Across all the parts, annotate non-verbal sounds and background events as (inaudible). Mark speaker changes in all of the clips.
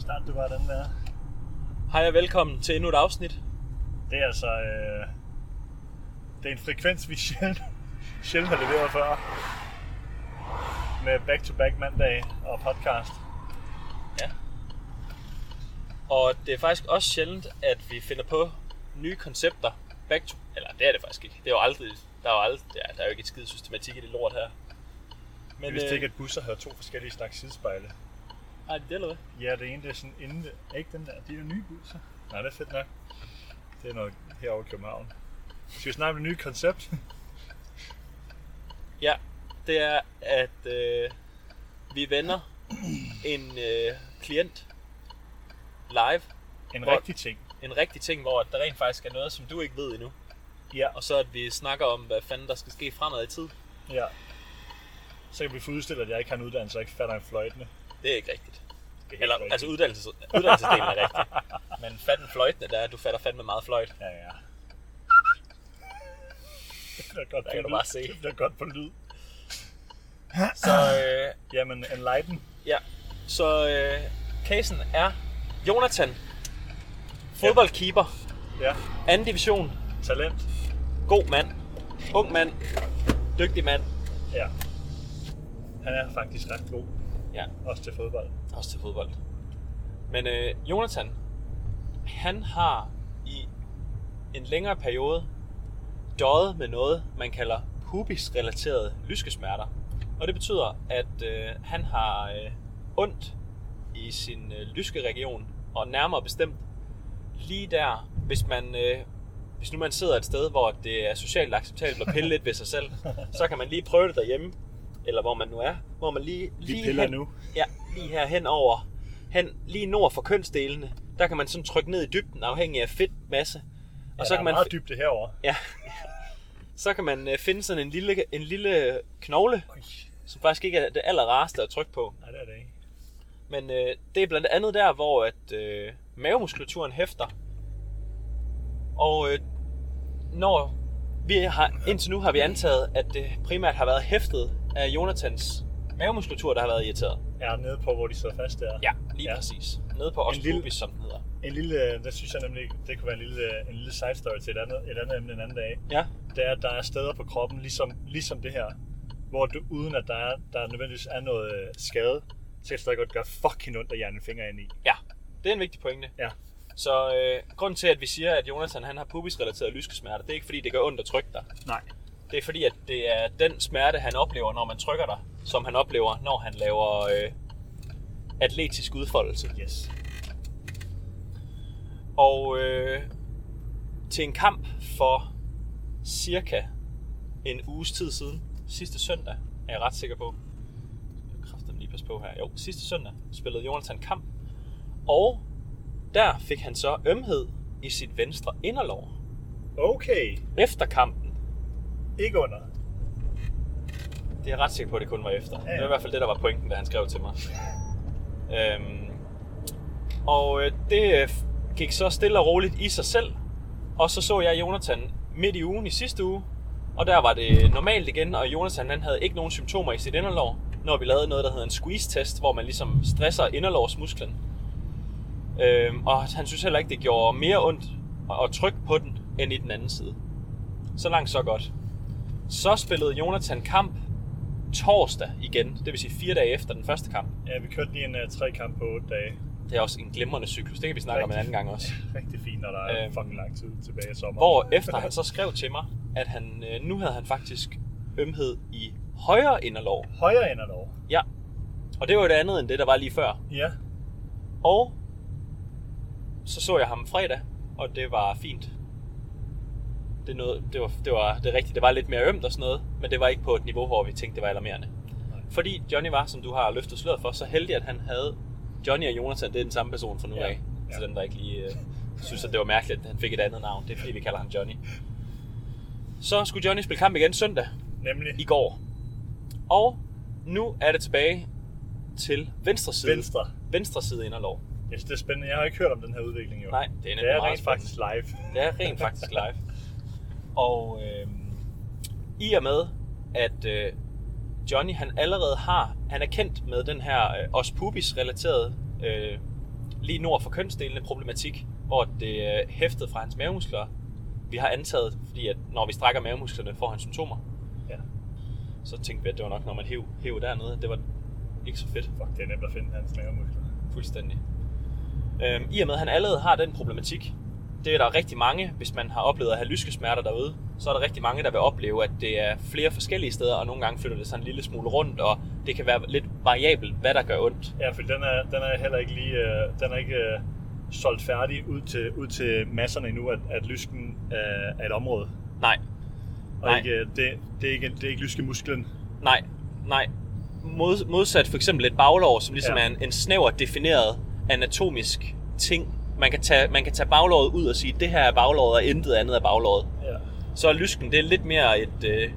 Speaker 1: Start du bare den der.
Speaker 2: Hej og velkommen til endnu et afsnit.
Speaker 1: Det er altså... Øh, det er en frekvens, vi (laughs) sjældent, sjældent har leveret før. Med back-to-back mandag og podcast.
Speaker 2: Og det er faktisk også sjældent, at vi finder på nye koncepter. Back to, eller det er det faktisk ikke. Det er jo aldrig, der er jo, aldrig, ja, der er jo ikke et skide systematik i det lort her.
Speaker 1: Jeg
Speaker 2: Men øh,
Speaker 1: vidste ikke, at busser havde to forskellige slags sidespejle.
Speaker 2: nej, det er eller hvad?
Speaker 1: Ja, det ene det er sådan inden... er Ikke den der, de er jo nye busser. Nej, det er fedt nok. Det er noget herovre i København. Skal vi snakke om det nye koncept?
Speaker 2: Ja, det er, at øh, vi vender en øh, klient live.
Speaker 1: en
Speaker 2: Hvor-
Speaker 1: rigtig ting.
Speaker 2: En rigtig ting, hvor der rent faktisk er noget, som du ikke ved endnu.
Speaker 1: Ja,
Speaker 2: Og så at vi snakker om, hvad fanden der skal ske fremad i tid.
Speaker 1: ja. Så kan vi få udstillet, at jeg ikke har en uddannelse og ikke fatter en fløjtende.
Speaker 2: Det er ikke rigtigt.
Speaker 1: Det er helt
Speaker 2: Eller,
Speaker 1: rigtigt.
Speaker 2: altså uddannelses, uddannelsesdelen er rigtig. (laughs) Men fatten fløjtende, der er, at du fatter fandme meget fløjt.
Speaker 1: Ja, ja. Det er godt
Speaker 2: Der
Speaker 1: på
Speaker 2: kan du
Speaker 1: lyd.
Speaker 2: bare se.
Speaker 1: Det er godt på lyd.
Speaker 2: Så, øh,
Speaker 1: Jamen, Enlighten.
Speaker 2: ja. Så øh, casen er Jonathan. Fodboldkeeper.
Speaker 1: Ja.
Speaker 2: Anden division.
Speaker 1: Talent.
Speaker 2: God mand. Ung mand. Dygtig mand.
Speaker 1: Ja. Han er faktisk ret god,
Speaker 2: Ja,
Speaker 1: også til fodbold.
Speaker 2: også til fodbold. Men øh, Jonathan, han har i en længere periode døjet med noget, man kalder pubis-relaterede lyskesmerter. Og det betyder, at øh, han har øh, ondt i sin øh, lyske region, og nærmere bestemt lige der, hvis man øh, hvis nu man sidder et sted, hvor det er socialt acceptabelt at pille lidt ved sig selv, så kan man lige prøve det derhjemme, eller hvor man nu er, hvor man lige, lige
Speaker 1: piller
Speaker 2: hen,
Speaker 1: nu.
Speaker 2: Ja, lige her hen over, hen, lige nord for kønsdelene, der kan man sådan trykke ned i dybden, afhængig af fedtmasse. Og
Speaker 1: Og
Speaker 2: så kan man
Speaker 1: meget dybt det herovre.
Speaker 2: Ja. (laughs) Så kan man øh, finde sådan en lille, en lille knogle,
Speaker 1: Øj,
Speaker 2: som faktisk ikke er det aller rareste at trykke på.
Speaker 1: nej, det er det ikke.
Speaker 2: Men øh, det er blandt andet der, hvor at, øh, mavemuskulaturen hæfter. Og øh, når vi har, indtil nu har vi antaget, at det primært har været hæftet af Jonathans mavemaskulatur, der har været irriteret.
Speaker 1: Er nede på, hvor de sidder fast der.
Speaker 2: Ja, lige ja. præcis. Nede på os
Speaker 1: En lille-
Speaker 2: lille... som den hedder.
Speaker 1: En lille, der synes jeg nemlig, det kunne være en lille, en lille side story til et andet, et andet emne en anden dag.
Speaker 2: Ja,
Speaker 1: det er, at der er steder på kroppen, ligesom, ligesom det her, hvor du, uden at der, er, der nødvendigvis er noget øh, skade, så kan det stadig godt gøre fucking ondt at jerne en finger ind i.
Speaker 2: ja. Det er en vigtig pointe.
Speaker 1: Ja.
Speaker 2: Så øh, grunden til, at vi siger, at Jonathan han har pubisrelaterede lyskesmerter, det er ikke fordi, det gør ondt at trykke dig.
Speaker 1: Nej.
Speaker 2: Det er fordi, at det er den smerte, han oplever, når man trykker dig, som han oplever, når han laver øh, atletisk udfoldelse.
Speaker 1: Yes.
Speaker 2: Og øh, til en kamp for cirka en uges tid siden, sidste søndag, er jeg ret sikker på. Kræfter lige passe på her. Jo, sidste søndag spillede Jonathan kamp. Og der fik han så ømhed i sit venstre inderlov
Speaker 1: Okay.
Speaker 2: efter kampen.
Speaker 1: Ikke under.
Speaker 2: Det er jeg ret sikker på, at det kun var efter.
Speaker 1: Ja, ja.
Speaker 2: Det var i hvert fald det, der var pointen, da han skrev til mig. øhm, og øh, det øh, gik så stille og roligt i sig selv. Og så så jeg Jonathan midt i ugen i sidste uge. Og der var det normalt igen, og Jonathan han havde ikke nogen symptomer i sit inderlov, når vi lavede noget, der hedder en squeeze-test, hvor man ligesom stresser inderlovsmusklen. Øhm, og han synes heller ikke, det gjorde mere ondt at- at trykke på den, end i den anden side. Så langt, så godt. Så spillede Jonathan kamp torsdag igen, det vil sige fire dage efter den første kamp.
Speaker 1: Ja, vi kørte lige en uh, tre kamp på 8 dage.
Speaker 2: Det er også en glimrende cyklus, det kan vi snakke om en anden gang også.
Speaker 1: (laughs) Rigtig fint, når der er
Speaker 2: Øhm.
Speaker 1: fucking lang tid tilbage i sommer.
Speaker 2: Hvor efter han så skrev til mig, at han, øh, nu havde han faktisk ømhed i højre inderlov.
Speaker 1: Højere ender dog.
Speaker 2: Ja, og det var jo det andet end det, der var lige før.
Speaker 1: Ja.
Speaker 2: Og så så jeg ham fredag, og det var fint. Det, noget, det, var, det var det rigtige. Det var lidt mere ømt og sådan noget, men det var ikke på et niveau, hvor vi tænkte, det var alarmerende.
Speaker 1: Nej.
Speaker 2: Fordi Johnny var, som du har løftet sløret for, så heldig, at han havde... Johnny og Jonathan, det er den samme person fra nu
Speaker 1: Ja.
Speaker 2: af. Ja.
Speaker 1: Ja.
Speaker 2: Til dem, der ikke lige øh, synes, at det var mærkeligt, at han fik et andet navn. Det er fordi, vi kalder ham Johnny. Så skulle Johnny spille kamp igen søndag
Speaker 1: Nemlig
Speaker 2: i går. Og nu er det tilbage til venstre side.
Speaker 1: venstre.
Speaker 2: Venstre side inderlov.
Speaker 1: Jeg synes, det er spændende. Jeg har ikke hørt om den her udvikling jo.
Speaker 2: Nej, det er nemlig
Speaker 1: det er
Speaker 2: meget
Speaker 1: rent
Speaker 2: spændende.
Speaker 1: faktisk live.
Speaker 2: (laughs) Det er rent faktisk live. Og øh, i og med, at øh, Johnny han allerede har, han er kendt med den her øh, os pubis relaterede øh, lige nord for kønsdelene problematik, hvor det er hæftet fra hans mavemuskler. Vi har antaget, fordi at når vi strækker mavemusklerne, får han symptomer.
Speaker 1: (laughs) Ja.
Speaker 2: Så tænkte vi, at det var nok, når man hæv, hæv dernede. Det var ikke så fedt.
Speaker 1: Fuck, det er nemt at finde hans mavemuskler.
Speaker 2: Fuldstændig. Øhm, I og med, at han allerede har den problematik, det er der rigtig mange, hvis man har oplevet at have lyskesmerter derude, så er der rigtig mange, der vil opleve, at det er flere forskellige steder, og nogle gange flytter det sig en lille smule rundt, og det kan være lidt variabelt, hvad der gør ondt.
Speaker 1: Ja, for den er, den er heller ikke lige, øh, den er ikke øh, solgt færdig ud til, ud til masserne endnu, at, at lysken øh, er et område.
Speaker 2: Nej,
Speaker 1: Og
Speaker 2: Nej.
Speaker 1: ikke, øh, det, det, er ikke, det er ikke lyskemusklen.
Speaker 2: nej, nej. Mod, modsat for eksempel et baglår, som ligesom
Speaker 1: Ja.
Speaker 2: ja. er en, en snæver defineret anatomisk ting. Man kan, tage, man kan tage baglåret ud og sige, det her er baglåret, og intet andet er baglåret.
Speaker 1: Ja.
Speaker 2: så er lysken det er lidt mere et øh,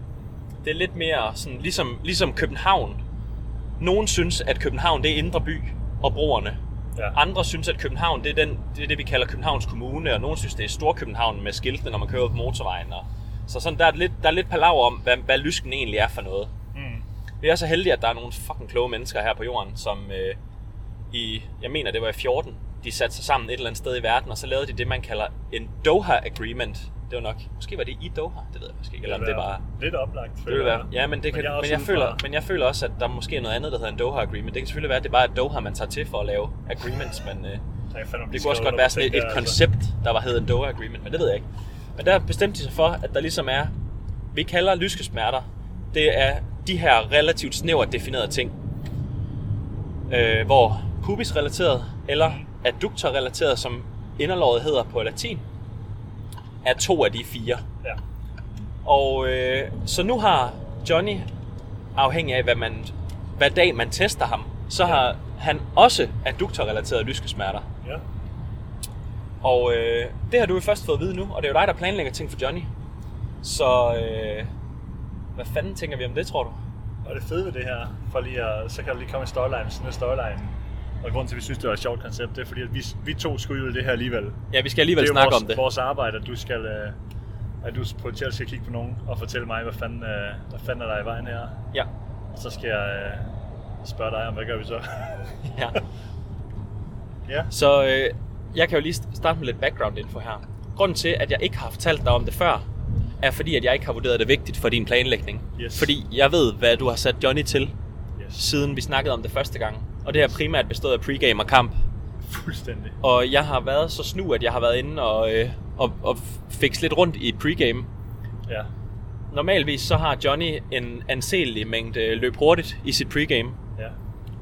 Speaker 2: det er lidt mere sådan ligesom ligesom København. Nogen synes at København det er indre by og broerne.
Speaker 1: Ja.
Speaker 2: Andre synes at København det er den det er det vi kalder Københavns kommune og nogen synes det er Storkøbenhavn med skiltene når man kører på motorvejen og så sådan der er lidt der er lidt palaver om hvad, hvad lysken egentlig er for noget.
Speaker 1: Mm.
Speaker 2: Vi er så heldige at der er nogle fucking kloge mennesker her på jorden som øh, i jeg mener det var i 14 de satte sig sammen et eller andet sted i verden, og så lavede de det, man kalder en Doha Agreement. Det var nok, måske var det i Doha, det ved jeg måske ikke, eller om det er bare
Speaker 1: Lidt oplagt.
Speaker 2: det vil
Speaker 1: føler
Speaker 2: være.
Speaker 1: jeg.
Speaker 2: Ja, men, det kan,
Speaker 1: jeg er
Speaker 2: men,
Speaker 1: også
Speaker 2: men, jeg
Speaker 1: udefra.
Speaker 2: føler, men jeg føler også, at der måske er noget andet, der hedder en Doha Agreement. Det kan selvfølgelig være, at det bare er Doha, man tager til for at lave agreements, men øh,
Speaker 1: Jeg fandt, om de
Speaker 2: det
Speaker 1: skrev
Speaker 2: kunne også godt
Speaker 1: under
Speaker 2: være
Speaker 1: på
Speaker 2: sådan
Speaker 1: ting
Speaker 2: et, et
Speaker 1: der,
Speaker 2: koncept, der var hedder en Doha Agreement, men det ved jeg ikke. Men der bestemte de sig for, at der ligesom er, vi kalder lyskesmerter, det er de her relativt snævert definerede ting, øh, hvor pubisrelateret eller adduktorrelateret, som inderlåret hedder på latin, er to af de fire.
Speaker 1: Altså. Ja.
Speaker 2: Og øh, så nu har Johnny, afhængig af hvad, man, hvad dag man tester ham, så har han også adduktorrelaterede lyskesmerter.
Speaker 1: ja.
Speaker 2: Og øh, det har du jo først fået at vide nu, og det er jo dig, der planlægger ting for Johnny. Så øh, hvad fanden tænker vi om det, tror du?
Speaker 1: Og det fede ved det her, for lige at, så kan der lige komme en storyline, sådan en storyline. Og grunden til, at vi synes, det var et sjovt koncept, det er fordi, at vi, vi to skulle ud i det her alligevel.
Speaker 2: Ja, vi skal alligevel
Speaker 1: det er jo
Speaker 2: snakke
Speaker 1: vores,
Speaker 2: om det.
Speaker 1: vores arbejde, at du skal... Øh, at du potentielt skal kigge på nogen og fortælle mig, hvad fanden, øh, hvad fanden er der i vejen her.
Speaker 2: Ja.
Speaker 1: Og så skal jeg øh, spørge dig om, hvad gør vi så?
Speaker 2: ja.
Speaker 1: ja.
Speaker 2: Så øh, jeg kan jo lige st- starte med lidt background info her. Grunden til, at jeg ikke har fortalt dig om det før, er fordi, at jeg ikke har vurderet det vigtigt for din planlægning.
Speaker 1: Yes.
Speaker 2: Fordi jeg ved, hvad du har sat Johnny til,
Speaker 1: Yes.
Speaker 2: siden vi snakkede om det første gang. Og det har primært bestået af pregame og kamp.
Speaker 1: Fuldstændig.
Speaker 2: Og jeg har været så snu, at jeg har været inde og, øh, og, og fikse lidt rundt i pregame.
Speaker 1: Ja.
Speaker 2: Normalvis så har Johnny en anselig mængde øh, løb hurtigt i sit pregame.
Speaker 1: Ja.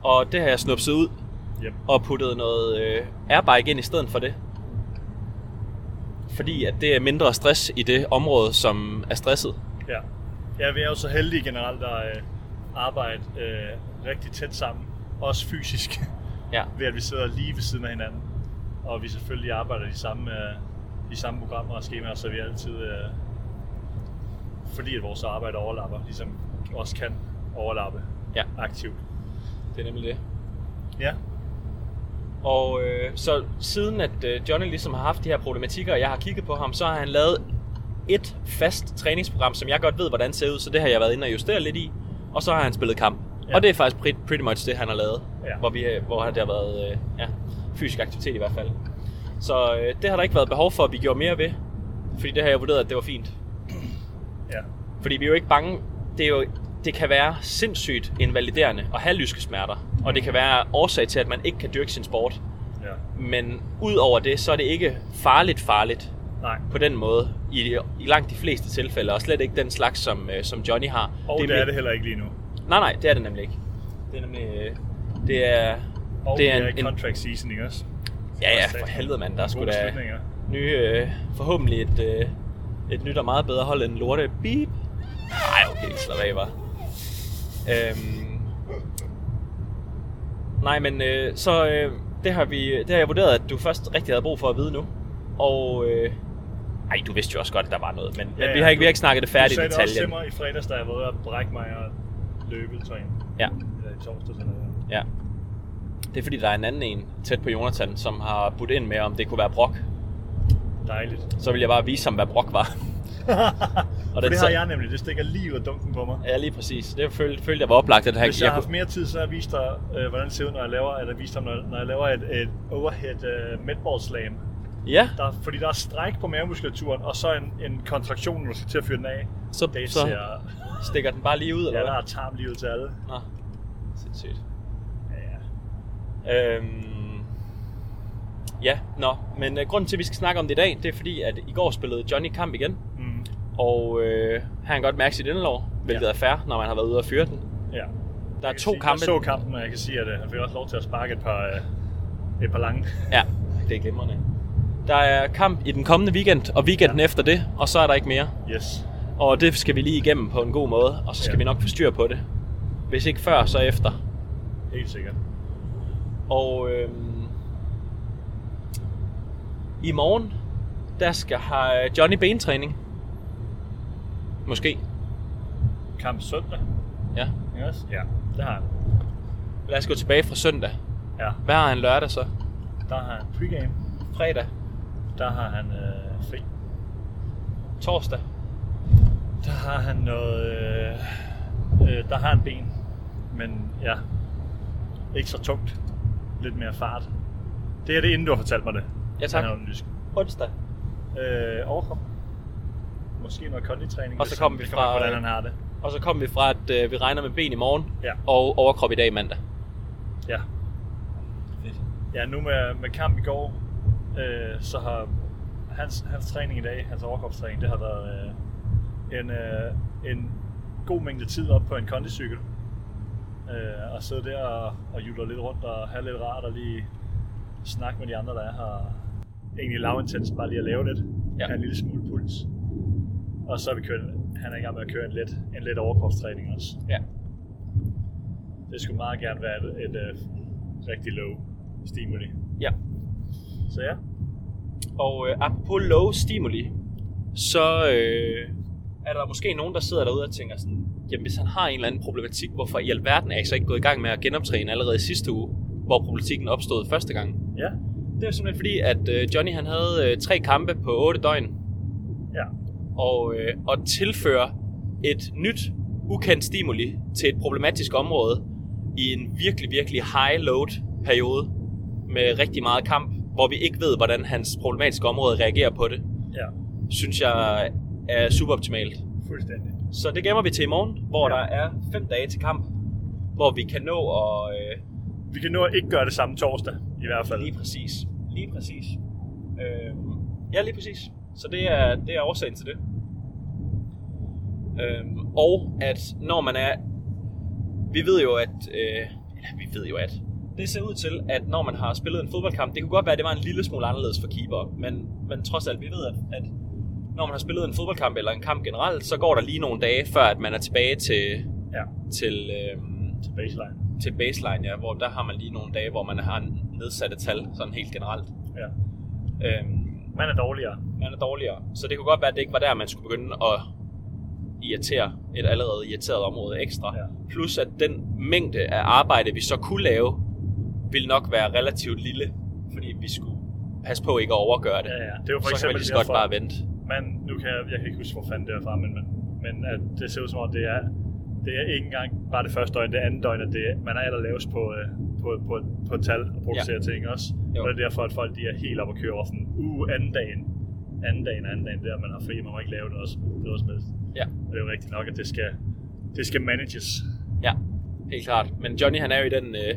Speaker 2: Og det har jeg snupset ud
Speaker 1: Yep.
Speaker 2: og puttet noget øh, airbike ind i stedet for det. Fordi at det er mindre stress i det område, som er stresset.
Speaker 1: Ja. ja, vi er jo så heldige generelt at øh, arbejde øh, rigtig tæt sammen, også fysisk,
Speaker 2: Ja,
Speaker 1: ved at vi sidder lige ved siden af hinanden. Og vi selvfølgelig arbejder de samme, øh, de samme programmer og skemaer, så vi altid, øh, fordi at vores arbejde overlapper, ligesom også kan overlappe
Speaker 2: Ja.
Speaker 1: aktivt.
Speaker 2: det er nemlig det.
Speaker 1: Ja,
Speaker 2: Og øh, så siden at øh, Johnny ligesom har haft de her problematikker, og jeg har kigget på ham, så har han lavet et fast træningsprogram, som jeg godt ved, hvordan ser ud, så det har jeg været inde og justere lidt i. Og så har han spillet kamp.
Speaker 1: Ja.
Speaker 2: Ja. Og det er faktisk pretty, pretty much det, han har lavet.
Speaker 1: Ja.
Speaker 2: Hvor, vi, øh, hvor der har været øh, ja, fysisk aktivitet i hvert fald. Så øh, det har der ikke været behov for, at vi gjorde mere ved. Fordi det har jeg vurderet, at det var fint.
Speaker 1: ja,
Speaker 2: Fordi vi er jo ikke bange. Det, er jo, det kan være sindssygt invaliderende at have lyske smerter. Og det kan være årsag til, at man ikke kan dyrke sin sport.
Speaker 1: ja.
Speaker 2: Men udover det, så er det ikke farligt farligt
Speaker 1: Nej.
Speaker 2: på den måde i, i langt de fleste tilfælde, og slet ikke den slags, som, øh, som Johnny har.
Speaker 1: Og det, det er
Speaker 2: me-
Speaker 1: det heller ikke lige nu.
Speaker 2: Nej, nej, det er det nemlig ikke. Det er nemlig... Øh, det er...
Speaker 1: Og
Speaker 2: det er,
Speaker 1: i
Speaker 2: en, en,
Speaker 1: contract season, ikke også?
Speaker 2: Ja, ja, for helvede mand, der skulle
Speaker 1: Gode
Speaker 2: da
Speaker 1: beslutninger.
Speaker 2: nye, øh, forhåbentlig et, øh, et nyt og meget bedre hold end lorte. Beep. Nej, okay, slap af, var. Øhm, nej, men øh, så øh, det, har vi, det har jeg vurderet, at du først rigtig havde brug for at vide nu. Og øh, ej, du vidste jo også godt, at der var noget, men, ja,
Speaker 1: ja,
Speaker 2: men vi har ikke,
Speaker 1: du-
Speaker 2: vi har ikke snakket det færdigt
Speaker 1: Du
Speaker 2: i
Speaker 1: sagde det også til
Speaker 2: detaljen.
Speaker 1: mig i fredags, da jeg var ude og brække mig og løbe, tror jeg.
Speaker 2: Ja,
Speaker 1: Eller i torsdags eller noget.
Speaker 2: ja. Det er fordi, der er en anden en tæt på Jonathan, som har budt ind med, om det kunne være brok. (laughs)
Speaker 1: Dejligt.
Speaker 2: Så vil jeg bare vise ham, hvad brok var.
Speaker 1: Og
Speaker 2: da
Speaker 1: det, det
Speaker 2: så-
Speaker 1: har jeg nemlig. Det stikker lige ud af dunken på mig.
Speaker 2: (laughs) Ja, lige præcis. Det følte, følte jeg var oplagt, at han,
Speaker 1: Hvis jeg
Speaker 2: jeg,
Speaker 1: har haft
Speaker 2: kunne,
Speaker 1: mere tid, så har jeg vist dig, øh, hvordan det ser ud, når jeg laver, eller vist dig, når, når jeg laver et, et overhead øh, medball slam.
Speaker 2: ja,
Speaker 1: Der, er- fordi der er stræk på mavemuskulaturen, og så en, en kontraktion, når du skal til at fyre den af.
Speaker 2: så,
Speaker 1: Det
Speaker 2: så
Speaker 1: ser...
Speaker 2: stikker den bare lige ud,
Speaker 1: Ja,
Speaker 2: eller
Speaker 1: der
Speaker 2: hvad?
Speaker 1: er tarm lige ud til alle.
Speaker 2: Nå, sindssygt.
Speaker 1: Ja.
Speaker 2: Øhm, ja, nå. Men øh, grunden til, at vi skal snakke om det i dag, det er fordi, at i går spillede Johnny kamp igen.
Speaker 1: Mm.
Speaker 2: Og øh, han kan godt mærke sit indelov, hvilket
Speaker 1: Ja.
Speaker 2: er fair, når man har været ude og fyre den.
Speaker 1: ja.
Speaker 2: Der er
Speaker 1: Jeg kan
Speaker 2: to
Speaker 1: sige,
Speaker 2: kampe.
Speaker 1: Jeg så kampen, og jeg kan sige, at øh, han fik også lov til at sparke et par, øh, et par lange.
Speaker 2: Ja, det er glimrende. Der er kamp i den kommende weekend, og weekenden ja. efter det, og så er der ikke mere.
Speaker 1: Yes.
Speaker 2: Og det skal vi lige igennem på en god måde, og så skal ja.
Speaker 1: Ja.
Speaker 2: vi nok få styr på det. Hvis ikke før, så efter.
Speaker 1: Helt sikkert.
Speaker 2: Og øhm, i morgen, der skal have Johnny bentræning. Måske,
Speaker 1: Kamp søndag.
Speaker 2: ja.
Speaker 1: Yes. Ja, det har han.
Speaker 2: Lad os gå tilbage fra søndag.
Speaker 1: Ja,
Speaker 2: Hvad har han lørdag så?
Speaker 1: der har han pregame.
Speaker 2: Fredag?
Speaker 1: Der har han øh, fri.
Speaker 2: Torsdag?
Speaker 1: Der har han noget... Øh, øh, der har han ben. Men ja, ikke så tungt. Lidt mere fart. Det er det, inden du har fortalt mig det.
Speaker 2: Ja, tak.
Speaker 1: Han er jo nysk.
Speaker 2: Onsdag?
Speaker 1: Øh, overkrop. Måske noget konditræning.
Speaker 2: Og
Speaker 1: hvis
Speaker 2: så
Speaker 1: han-
Speaker 2: kommer vi
Speaker 1: det kommer
Speaker 2: fra,
Speaker 1: an på,
Speaker 2: øh,
Speaker 1: hvordan han har det.
Speaker 2: Og så kom vi fra, at øh, vi regner med ben i morgen,
Speaker 1: Ja.
Speaker 2: og overkrop i dag mandag.
Speaker 1: Ja. Ja, nu med, med kamp i går, øh, så har hans, hans træning i dag, hans overkropstræning, det har været øh, en, øh, en god mængde tid op på en kondicykel. Øh, og sidde der og, og juler lidt rundt og have lidt rart og lige snakke med de andre, der er her. Egentlig lavintens bare lige at lave lidt.
Speaker 2: Ja.
Speaker 1: Ja. Have en lille smule puls. Og så er vi kørt, han er i gang med at køre en let, en let overkropstræning også.
Speaker 2: Ja.
Speaker 1: Det skulle meget gerne være et, et, et rigtig low stimuli.
Speaker 2: Ja.
Speaker 1: Så ja,
Speaker 2: Og øh, apropos low stimuli, så øh, er der måske nogen, der sidder derude og tænker sådan, jamen hvis han har en eller anden problematik, hvorfor i alverden er jeg så ikke gået i gang med at genoptræne allerede sidste uge, hvor problematikken opstod første gang?
Speaker 1: ja,
Speaker 2: Det er jo simpelthen fordi, at øh, Johnny han havde øh, tre kampe på 8 døgn,
Speaker 1: ja,
Speaker 2: og øh, at tilføre et nyt ukendt stimuli til et problematisk område i en virkelig, virkelig high load periode med rigtig meget kamp, hvor vi ikke ved, hvordan hans problematiske område reagerer på det,
Speaker 1: ja,
Speaker 2: synes jeg er suboptimalt.
Speaker 1: fuldstændig.
Speaker 2: Så det gemmer vi til i morgen, hvor
Speaker 1: Ja.
Speaker 2: der er fem dage til kamp, hvor vi kan nå at... Øh,
Speaker 1: Vi kan nå at ikke gøre det samme torsdag, i hvert fald.
Speaker 2: Lige præcis. Lige præcis. Øh, ja, lige præcis. Så det er, det er årsagen til det. Øh, og at når man er... Vi ved jo, at... Øh, eller vi ved jo, at... Det ser ud til, at når man har spillet en fodboldkamp, det kunne godt være, at det var en lille smule anderledes for keeper, men, men trods alt, vi ved, at, at når man har spillet en fodboldkamp eller en kamp generelt, så går der lige nogle dage, før at man er tilbage til,
Speaker 1: Ja,
Speaker 2: til, øh,
Speaker 1: til baseline.
Speaker 2: til baseline, ja, hvor der har man lige nogle dage, hvor man har nedsatte tal, sådan helt generelt.
Speaker 1: Ja.
Speaker 2: Øhm,
Speaker 1: Man er dårligere.
Speaker 2: man er dårligere. Så det kunne godt være, at det ikke var der, man skulle begynde at irritere et allerede irriteret område ekstra.
Speaker 1: Ja.
Speaker 2: Plus at den mængde af arbejde, vi så kunne lave, ville nok være relativt lille, fordi vi skulle passe på ikke at overgøre det.
Speaker 1: Ja, ja. Det er jo for
Speaker 2: så kan man
Speaker 1: eksempel
Speaker 2: lige så godt
Speaker 1: derfor-
Speaker 2: bare vente.
Speaker 1: Men nu kan jeg, jeg kan ikke huske, hvor fanden det er fra, men, men, men at det ser ud som om, det er, det er ikke engang bare det første døgn, det andet døgn, at det, er- man er allerlavest på, øh, på, på, på tal og producerer ja. ting også.
Speaker 2: Jo.
Speaker 1: Jo. Og det er derfor, at folk de er helt op og kører over sådan, uh, anden dagen, anden dagen, anden dagen, der man har fri, man må ikke lave det også, noget som helst.
Speaker 2: Ja.
Speaker 1: Og det er jo rigtigt nok, at det skal, det skal manages.
Speaker 2: Ja, helt klart. Men Johnny han er jo i den, øh,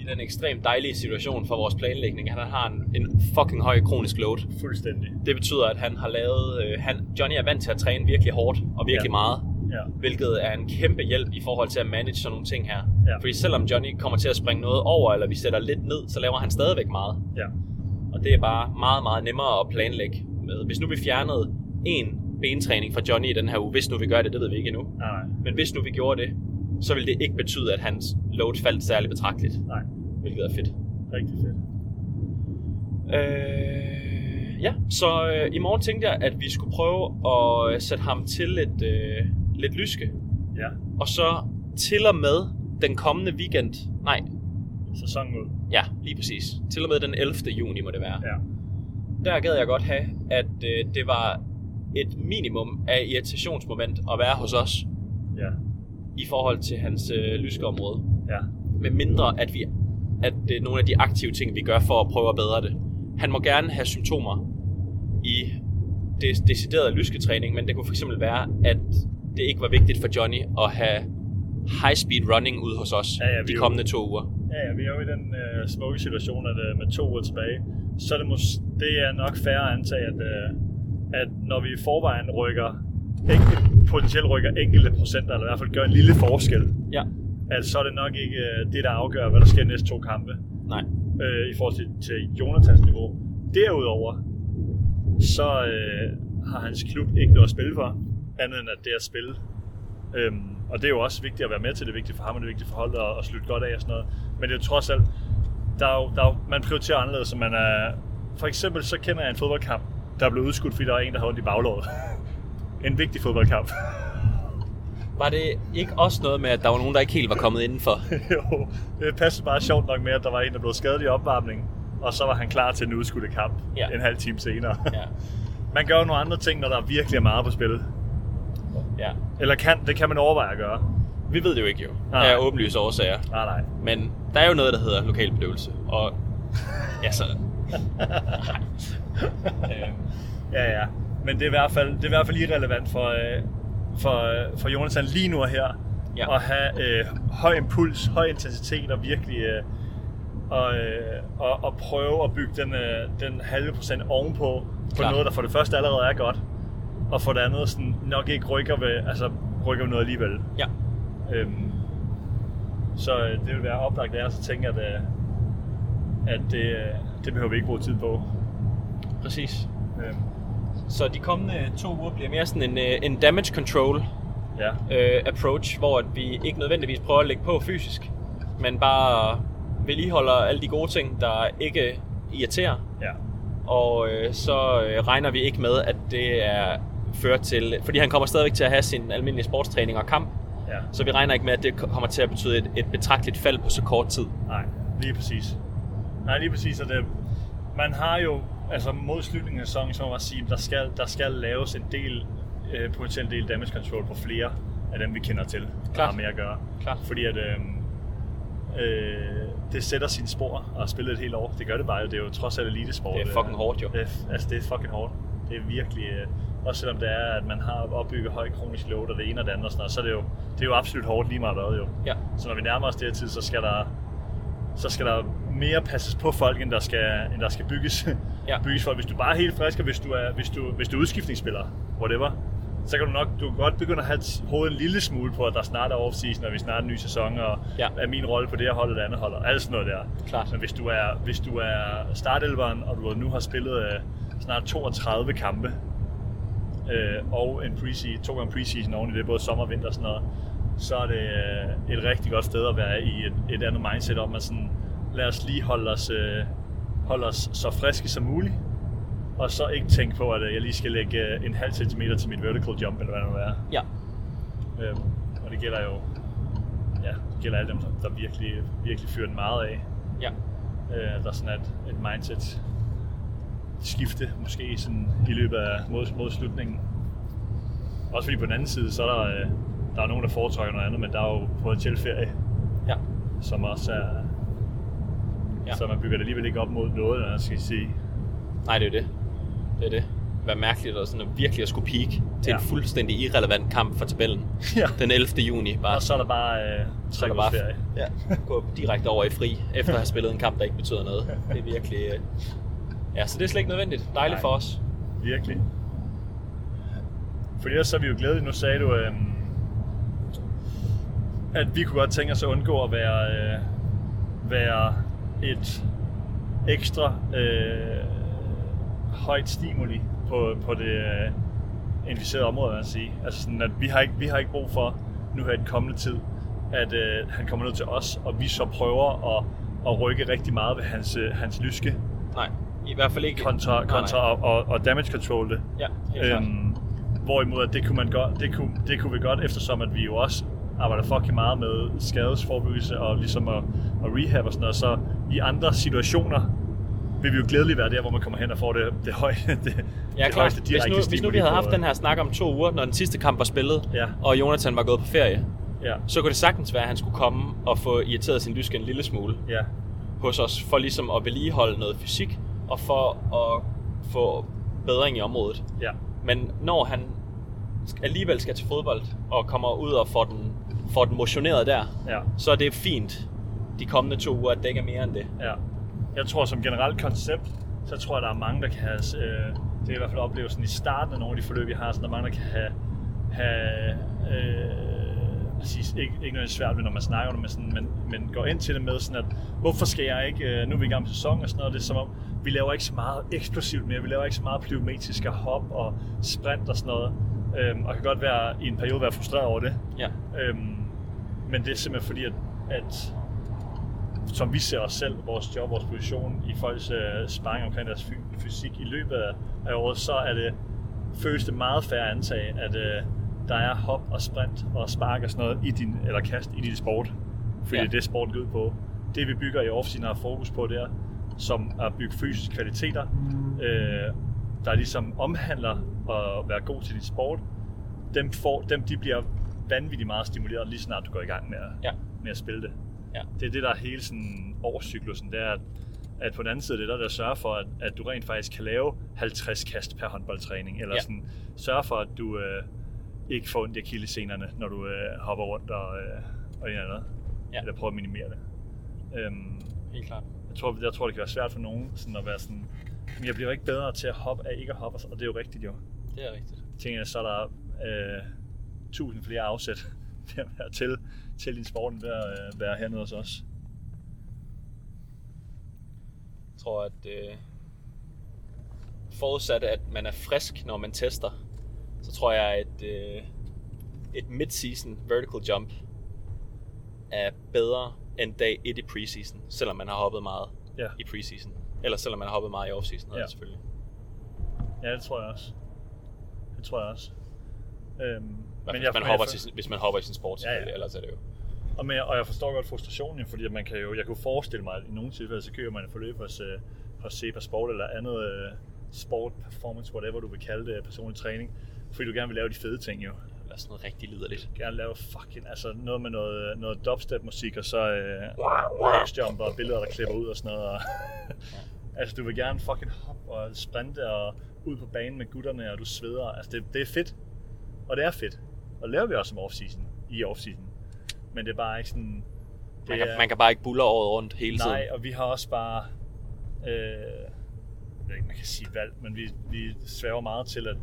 Speaker 2: i den ekstremt dejlige situation for vores planlægning. Han har en, en fucking høj kronisk load.
Speaker 1: Fuldstændig.
Speaker 2: Det betyder, at han har lavet... Øh, han, Johnny er vant til at træne virkelig hårdt og virkelig ja.
Speaker 1: Ja.
Speaker 2: meget,
Speaker 1: Ja.
Speaker 2: hvilket er en kæmpe hjælp i forhold til at manage sådan nogle ting her.
Speaker 1: Ja.
Speaker 2: Fordi selvom Johnny kommer til at springe noget over, eller vi sætter lidt ned, så laver han stadigvæk meget.
Speaker 1: Ja.
Speaker 2: Og det er bare meget, meget nemmere at planlægge med. Hvis nu vi fjernede en bentræning fra Johnny i den her uge, hvis nu vi gør det, det ved vi ikke endnu.
Speaker 1: Nej, nej.
Speaker 2: Men hvis nu vi gjorde det, så ville det ikke betyde, at hans load faldt særlig betragteligt,
Speaker 1: Nej,
Speaker 2: hvilket er fedt.
Speaker 1: rigtig fedt.
Speaker 2: Øh, ja, så øh, i morgen tænkte jeg, at vi skulle prøve at øh, sætte ham til lidt, øh, lidt lyske.
Speaker 1: Ja,
Speaker 2: Og så til og med den kommende weekend. Nej,
Speaker 1: sæsonen ud.
Speaker 2: ja, lige præcis. Til og med den 11. juni må det være.
Speaker 1: Ja.
Speaker 2: Der gad jeg godt have, at øh, det var et minimum af irritationsmoment at være hos os
Speaker 1: Ja,
Speaker 2: i forhold til hans øh, lyske område.
Speaker 1: ja,
Speaker 2: Med mindre at vi at det er nogle af de aktive ting, vi gør for at prøve at bedre det. Han må gerne have symptomer i det deciderede lysketræning, men det kunne fx være, at det ikke var vigtigt for Johnny at have high speed running ude hos os
Speaker 1: Ja, ja, vi
Speaker 2: de
Speaker 1: er jo-
Speaker 2: kommende to uger.
Speaker 1: ja, ja vi er jo i den øh, smukke situation, at øh, med to uger tilbage, så er det, mås- det er nok færre at antage, at, øh, at når vi i forvejen rykker, enkelt, potentielt rykker enkelte procenter, eller i hvert fald gør en lille forskel,
Speaker 2: Ja,
Speaker 1: altså, så er det nok ikke øh, det, der afgør, hvad der sker i næste to kampe
Speaker 2: nej.
Speaker 1: øh, i forhold til, til Jonathans niveau. Derudover, så øh, har hans klub ikke noget at spille for, andet end at det er at spille. Øhm, og det er jo også vigtigt at være med til, det er vigtigt for ham, og det er vigtigt for holdet at, at slutte godt af og sådan noget. Men det er jo trods alt, der er jo, der er jo, man prioriterer anderledes, så man er... For eksempel så kender jeg en fodboldkamp, der er blevet udskudt, fordi der er en, der har ondt i baglåret. (laughs) en vigtig fodboldkamp. (laughs)
Speaker 2: Var det ikke også noget med, at der var nogen, der ikke helt var kommet
Speaker 1: (laughs)
Speaker 2: indenfor?
Speaker 1: jo, det passede bare sjovt nok med, at der var en, der blev skadet i opvarmningen, og så var han klar til en udskudte kamp
Speaker 2: Ja.
Speaker 1: ja. en halv time senere.
Speaker 2: Ja.
Speaker 1: Man gør jo nogle andre ting, når der virkelig er meget på spil.
Speaker 2: ja.
Speaker 1: Eller kan, det kan man overveje at gøre.
Speaker 2: Vi ved det jo ikke jo,
Speaker 1: Nej.
Speaker 2: af åbenlyse årsager.
Speaker 1: Nej, nej.
Speaker 2: Men der er jo noget, der hedder lokal bedøvelse.
Speaker 1: (laughs)
Speaker 2: Og ja, så... øh,
Speaker 1: Ja, ja. Men det er i hvert fald, det er i hvert fald irrelevant for, øh, for, øh, for Jonathan lige nu og her.
Speaker 2: Ja.
Speaker 1: Ja. At have øh, høj impuls, høj intensitet og virkelig øh, og, øh, og, og prøve at bygge den, øh, den halve procent ovenpå på
Speaker 2: Klart.
Speaker 1: noget, der for det første allerede er godt, og for det andet sådan, nok ikke rykker ved, altså, rykker ved noget alligevel.
Speaker 2: ja.
Speaker 1: Øhm, så øh, det vil være oplagt af os at tænke, at, øh, at det, øh, det behøver vi ikke bruge tid på.
Speaker 2: Præcis.
Speaker 1: Øhm,
Speaker 2: Så de kommende to uger bliver mere sådan en, øh, en damage control
Speaker 1: ja,
Speaker 2: øh, approach, hvor at vi ikke nødvendigvis prøver at lægge på fysisk, men bare vedligeholder alle de gode ting, der ikke irriterer.
Speaker 1: ja,
Speaker 2: Og øh, så øh, regner vi ikke med, at det er ført til... Fordi han kommer stadigvæk til at have sin almindelige sportstræning og kamp,
Speaker 1: ja.
Speaker 2: så vi regner ikke med, at det kommer til at betyde et, et betragteligt fald på så kort tid.
Speaker 1: Nej, lige præcis. Nej, lige præcis. Og det, man har jo, altså mod slutningen af sæsonen, så må man sige, der skal, der skal laves en del, øh, potentielt del damage control på flere af dem, vi kender til, der
Speaker 2: Klart.
Speaker 1: har med at gøre.
Speaker 2: Klart.
Speaker 1: Fordi at, øh, øh, det sætter sine spor og spille et helt år. Det gør det bare jo. Det er jo trods alt elitesport.
Speaker 2: Det er
Speaker 1: øh,
Speaker 2: fucking hårdt, jo.
Speaker 1: Det er, altså, det er fucking hårdt. Det er virkelig... Øh, også selvom det er, at man har opbygget høj kronisk load og det ene og det andet, og sådan noget, så er det jo, det er jo absolut hårdt lige meget hvad, jo.
Speaker 2: Ja,
Speaker 1: Så når vi nærmer os det her tid, så skal der, så skal der mere passes på folk, end der skal, end der skal bygges,
Speaker 2: Ja.
Speaker 1: ja. (laughs) bygges for. Hvis du bare er helt frisk, og hvis du er, hvis du, hvis du er udskiftningsspiller, whatever, så kan du nok du kan godt begynde at have t- hovedet en lille smule på, at der snart er off-season, og vi snart er en ny sæson, og
Speaker 2: Ja.
Speaker 1: ja. er min rolle på det her hold eller det andet hold, og alt sådan noget der.
Speaker 2: Klart.
Speaker 1: Men hvis du er, hvis du er startelveren, og du nu har spillet øh, snart 32 kampe, øh, og en pre-season, to gange preseason oven i det, både sommer, vinter og sådan noget, så er det øh, et rigtig godt sted at være i et, et andet mindset om, at sådan, lad os lige holde os, øh, holde os så friske som muligt, og så ikke tænke på, at øh, jeg lige skal lægge øh, en halv centimeter til mit vertical jump, eller hvad det nu er.
Speaker 2: ja,
Speaker 1: Øh, og det gælder jo ja, det gælder alle dem, der, der virkelig, virkelig fyrer den meget af.
Speaker 2: ja.
Speaker 1: Øh, der er sådan et, et mindset skifte, måske sådan i løbet af mod, mod slutningen. Også fordi på den anden side, så er der, øh, der er nogen, der foretrækker noget andet, men der er jo potentielt ferie,
Speaker 2: ja.
Speaker 1: som også er...
Speaker 2: Ja.
Speaker 1: Ja. Så man bygger det alligevel ikke op mod noget, eller hvad skal jeg
Speaker 2: (laughs)
Speaker 1: sige.
Speaker 2: Nej, det er jo det. Det er det. Det var mærkeligt at, sådan, at virkelig at skulle peak til ja.
Speaker 1: Ja.
Speaker 2: en fuldstændig irrelevant kamp for tabellen.
Speaker 1: Ja.
Speaker 2: Den 11. juni bare.
Speaker 1: Og så er der bare øh,
Speaker 2: så er
Speaker 1: tre
Speaker 2: der
Speaker 1: ugers
Speaker 2: bare
Speaker 1: ferie.
Speaker 2: ja. gå direkte over i fri, efter at have spillet en kamp, der ikke betyder noget. Det er virkelig... øh, Ja, så det er slet ikke nødvendigt. Dejligt
Speaker 1: Nej.
Speaker 2: for os.
Speaker 1: Virkelig. For ellers så er vi jo glædelige. Nu sagde du, øh, at vi kunne godt tænke os at undgå at være, øh, være et ekstra øh, højt stimuli på, på det øh, inficerede område, vil jeg sige. Altså sådan, at vi har, ikke, vi har ikke brug for nu her i den kommende tid, at øh, han kommer ned til os, og vi så prøver at, at rykke rigtig meget ved hans, øh, hans lyske
Speaker 2: Nej, i hvert fald ikke...
Speaker 1: kontra,
Speaker 2: Nej, nej.
Speaker 1: kontra og, og, og damage control det.
Speaker 2: Ja, helt klart.
Speaker 1: Øhm, hvorimod at det kunne, man godt, det, kunne, det kunne vi godt, eftersom at vi jo også arbejder fucking meget med skadesforebyggelse og ligesom at, at rehab og sådan noget, så i andre situationer vil vi jo glædeligt være der, hvor man kommer hen og får det, (laughs) det, høje, det,
Speaker 2: Ja,
Speaker 1: det
Speaker 2: klart.
Speaker 1: højeste
Speaker 2: Hvis
Speaker 1: direkte
Speaker 2: nu, hvis nu vi
Speaker 1: stimuli
Speaker 2: havde
Speaker 1: på- øh,
Speaker 2: haft den her snak om to uger, når den sidste kamp var spillet,
Speaker 1: Ja.
Speaker 2: og Jonathan var gået på ferie,
Speaker 1: Ja,
Speaker 2: så kunne det sagtens være, at han skulle komme og få irriteret sin lyske en lille smule
Speaker 1: ja,
Speaker 2: hos os, for ligesom at vedligeholde noget fysik, og for at få bedring i området.
Speaker 1: ja,
Speaker 2: Men når han alligevel skal til fodbold, og kommer ud og får den, får den motioneret der,
Speaker 1: ja.
Speaker 2: så er det fint de kommende to uger, at det ikke er mere end det.
Speaker 1: Ja. Jeg tror som generelt koncept, så tror jeg, der er mange, der kan have, øh, det er i hvert fald oplevelsen i starten af nogle af de forløb, vi har, så der er mange, der kan have, have øh, præcis, ikke, ikke noget svært ved, når man snakker om det, men, sådan, men, men går ind til det med sådan, at hvorfor skal jeg ikke, øh, nu er vi i gang med sæsonen og sådan noget, det er som om, vi laver ikke så meget eksplosivt mere, vi laver ikke så meget plyometriske hop og sprint og sådan noget, øhm, og kan godt være i en periode være frustreret over det,
Speaker 2: Ja.
Speaker 1: Øhm, men det er simpelthen fordi, at, at som vi ser os selv, vores job, vores position i folks øh, sparring omkring deres fy- fysik i løbet af, af året, så er det, føles det meget færre at antage, at øh, der er hop og sprint og spark og sådan noget i din, eller kast i din sport. Fordi
Speaker 2: Ja.
Speaker 1: ja. det er det, sporten går ud på. Det vi bygger i off har fokus på, det er som at bygge fysiske kvaliteter, øh, der ligesom omhandler at være god til din sport. Dem, får, dem de bliver vanvittigt meget stimuleret, lige snart du går i gang med at,
Speaker 2: Ja.
Speaker 1: med at spille det.
Speaker 2: Ja.
Speaker 1: Det er det, der er hele sådan årscyklusen, det er, at, at på den anden side, det er der, der sørger for, at, at du rent faktisk kan lave 50 kast per håndboldtræning, eller
Speaker 2: Ja.
Speaker 1: ja. sådan, sørge for, at du øh, ikke får ondt i akillessenerne, når du øh, hopper rundt og, øh, og en eller andet.
Speaker 2: Ja.
Speaker 1: Eller prøver at minimere det. Øhm,
Speaker 2: Helt klart.
Speaker 1: jeg tror, jeg tror, det kan være svært for nogen sådan at være sådan, "Jamen, jeg bliver jo ikke bedre til at hoppe af ikke at hoppe, og det er jo rigtigt jo.
Speaker 2: Det er rigtigt.
Speaker 1: Tænker jeg, så er der øh, tusind flere afsæt (laughs) ved at være til, til din sport, end ved at øh, være hernede hos os.
Speaker 2: Jeg tror, at øh, forudsat at man er frisk, når man tester, så tror jeg, at øh, et mid-season vertical jump er bedre end dag 1 i preseason, selvom man har hoppet meget
Speaker 1: Ja.
Speaker 2: i preseason. Eller selvom man har hoppet meget i offseason, ja.
Speaker 1: Ja.
Speaker 2: selvfølgelig.
Speaker 1: Ja, det tror jeg også. Det tror jeg også. Øhm,
Speaker 2: Men hvis, man hopper til, sin- hvis man hopper i sin sport,
Speaker 1: Ja, ja.
Speaker 2: selvfølgelig, ja, ja. ellers er det jo.
Speaker 1: Og, men, jeg- og jeg forstår godt frustrationen, fordi at man kan jo, jeg kunne forestille mig, at i nogle tilfælde, så kører man et forløb hos, øh, hos Zebra Sport eller andet øh, sport, performance, whatever du vil kalde det, personlig træning, fordi du gerne vil lave de fede ting jo.
Speaker 2: Eller sådan noget rigtig liderligt.
Speaker 1: Gerne lave fucking, altså noget med noget, noget dubstep musik, og så øh, jump og billeder, der klipper ud og sådan noget. Og, (laughs) altså du vil gerne fucking hoppe og sprinte og ud på banen med gutterne, og du sveder. Altså det, det er fedt. Og det er fedt. Og det laver vi også som off-season, i off-season. Men det er bare ikke sådan... det
Speaker 2: Man kan,
Speaker 1: er-
Speaker 2: man kan bare ikke buller året rundt hele tiden.
Speaker 1: Nej, og vi har også bare, øh, jeg ved ikke, man kan sige valgt, men vi, vi sværger meget til, at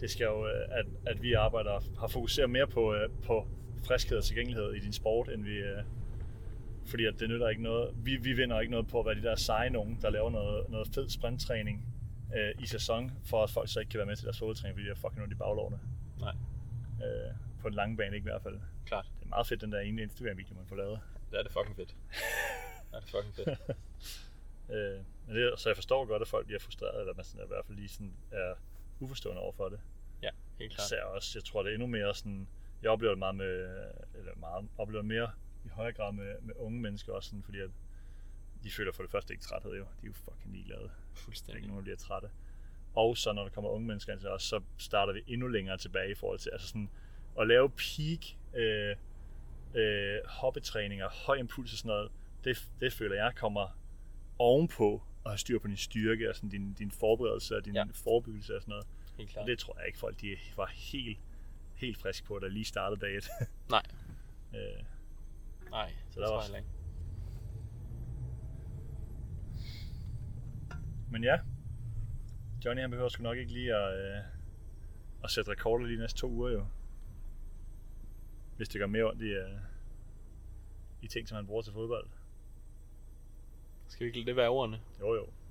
Speaker 1: det skal jo, øh, at, at vi arbejder og har fokuseret mere på, øh, på friskhed og tilgængelighed i din sport, end vi, øh, fordi at det nytter ikke noget, vi, vi vinder ikke noget på at være de der seje nogen, der laver noget, noget fed sprinttræning øh, i sæson, for at folk så ikke kan være med til deres fodboldtræning, fordi de har fucking ondt i baglårene.
Speaker 2: Nej,
Speaker 1: Øh, på den lange bane ikke i hvert fald.
Speaker 2: klart.
Speaker 1: Det er meget fedt, den der ene Instagram-video, man får lavet.
Speaker 2: Det er det
Speaker 1: (laughs)
Speaker 2: fucking fedt. Det er det fucking fedt.
Speaker 1: Øh, men det, så jeg forstår godt, at folk bliver frustreret, eller man sådan, i hvert fald lige sådan er uforstående over for det.
Speaker 2: Ja, helt klart.
Speaker 1: Især også, jeg tror det er endnu mere sådan, jeg oplever det meget med, eller meget, oplever det mere i højere grad med, med unge mennesker også, sådan, fordi at de føler for det første ikke træthed jo, de er jo fucking ligeglade. Der er ikke
Speaker 2: Fuldstændig.
Speaker 1: nogen, der bliver trætte. Og så når der kommer unge mennesker ind til os, så starter vi endnu længere tilbage i forhold til, altså sådan, at lave peak øh, øh, hoppetræninger, høj impuls og sådan noget, det, det føler jeg kommer ovenpå at have styr på din styrke og sådan din, din forberedelse og din
Speaker 2: Ja.
Speaker 1: ja. forebyggelse og sådan noget.
Speaker 2: Helt
Speaker 1: Ja.
Speaker 2: klart.
Speaker 1: Og det tror jeg ikke folk, de var helt, helt friske på, da lige startede dag et. (laughs)
Speaker 2: Nej,
Speaker 1: Øh,
Speaker 2: nej.
Speaker 1: der
Speaker 2: Så det
Speaker 1: var
Speaker 2: tror jeg
Speaker 1: også-
Speaker 2: heller ikke.
Speaker 1: Men ja, Johnny han behøver sgu nok ikke lige at, øh, at sætte rekorder lige de næste to uger jo. Hvis det gør mere ondt i, øh, i ting, som han bruger til fodbold.
Speaker 2: Skal vi ikke lade det være ordene?
Speaker 1: Jo jo,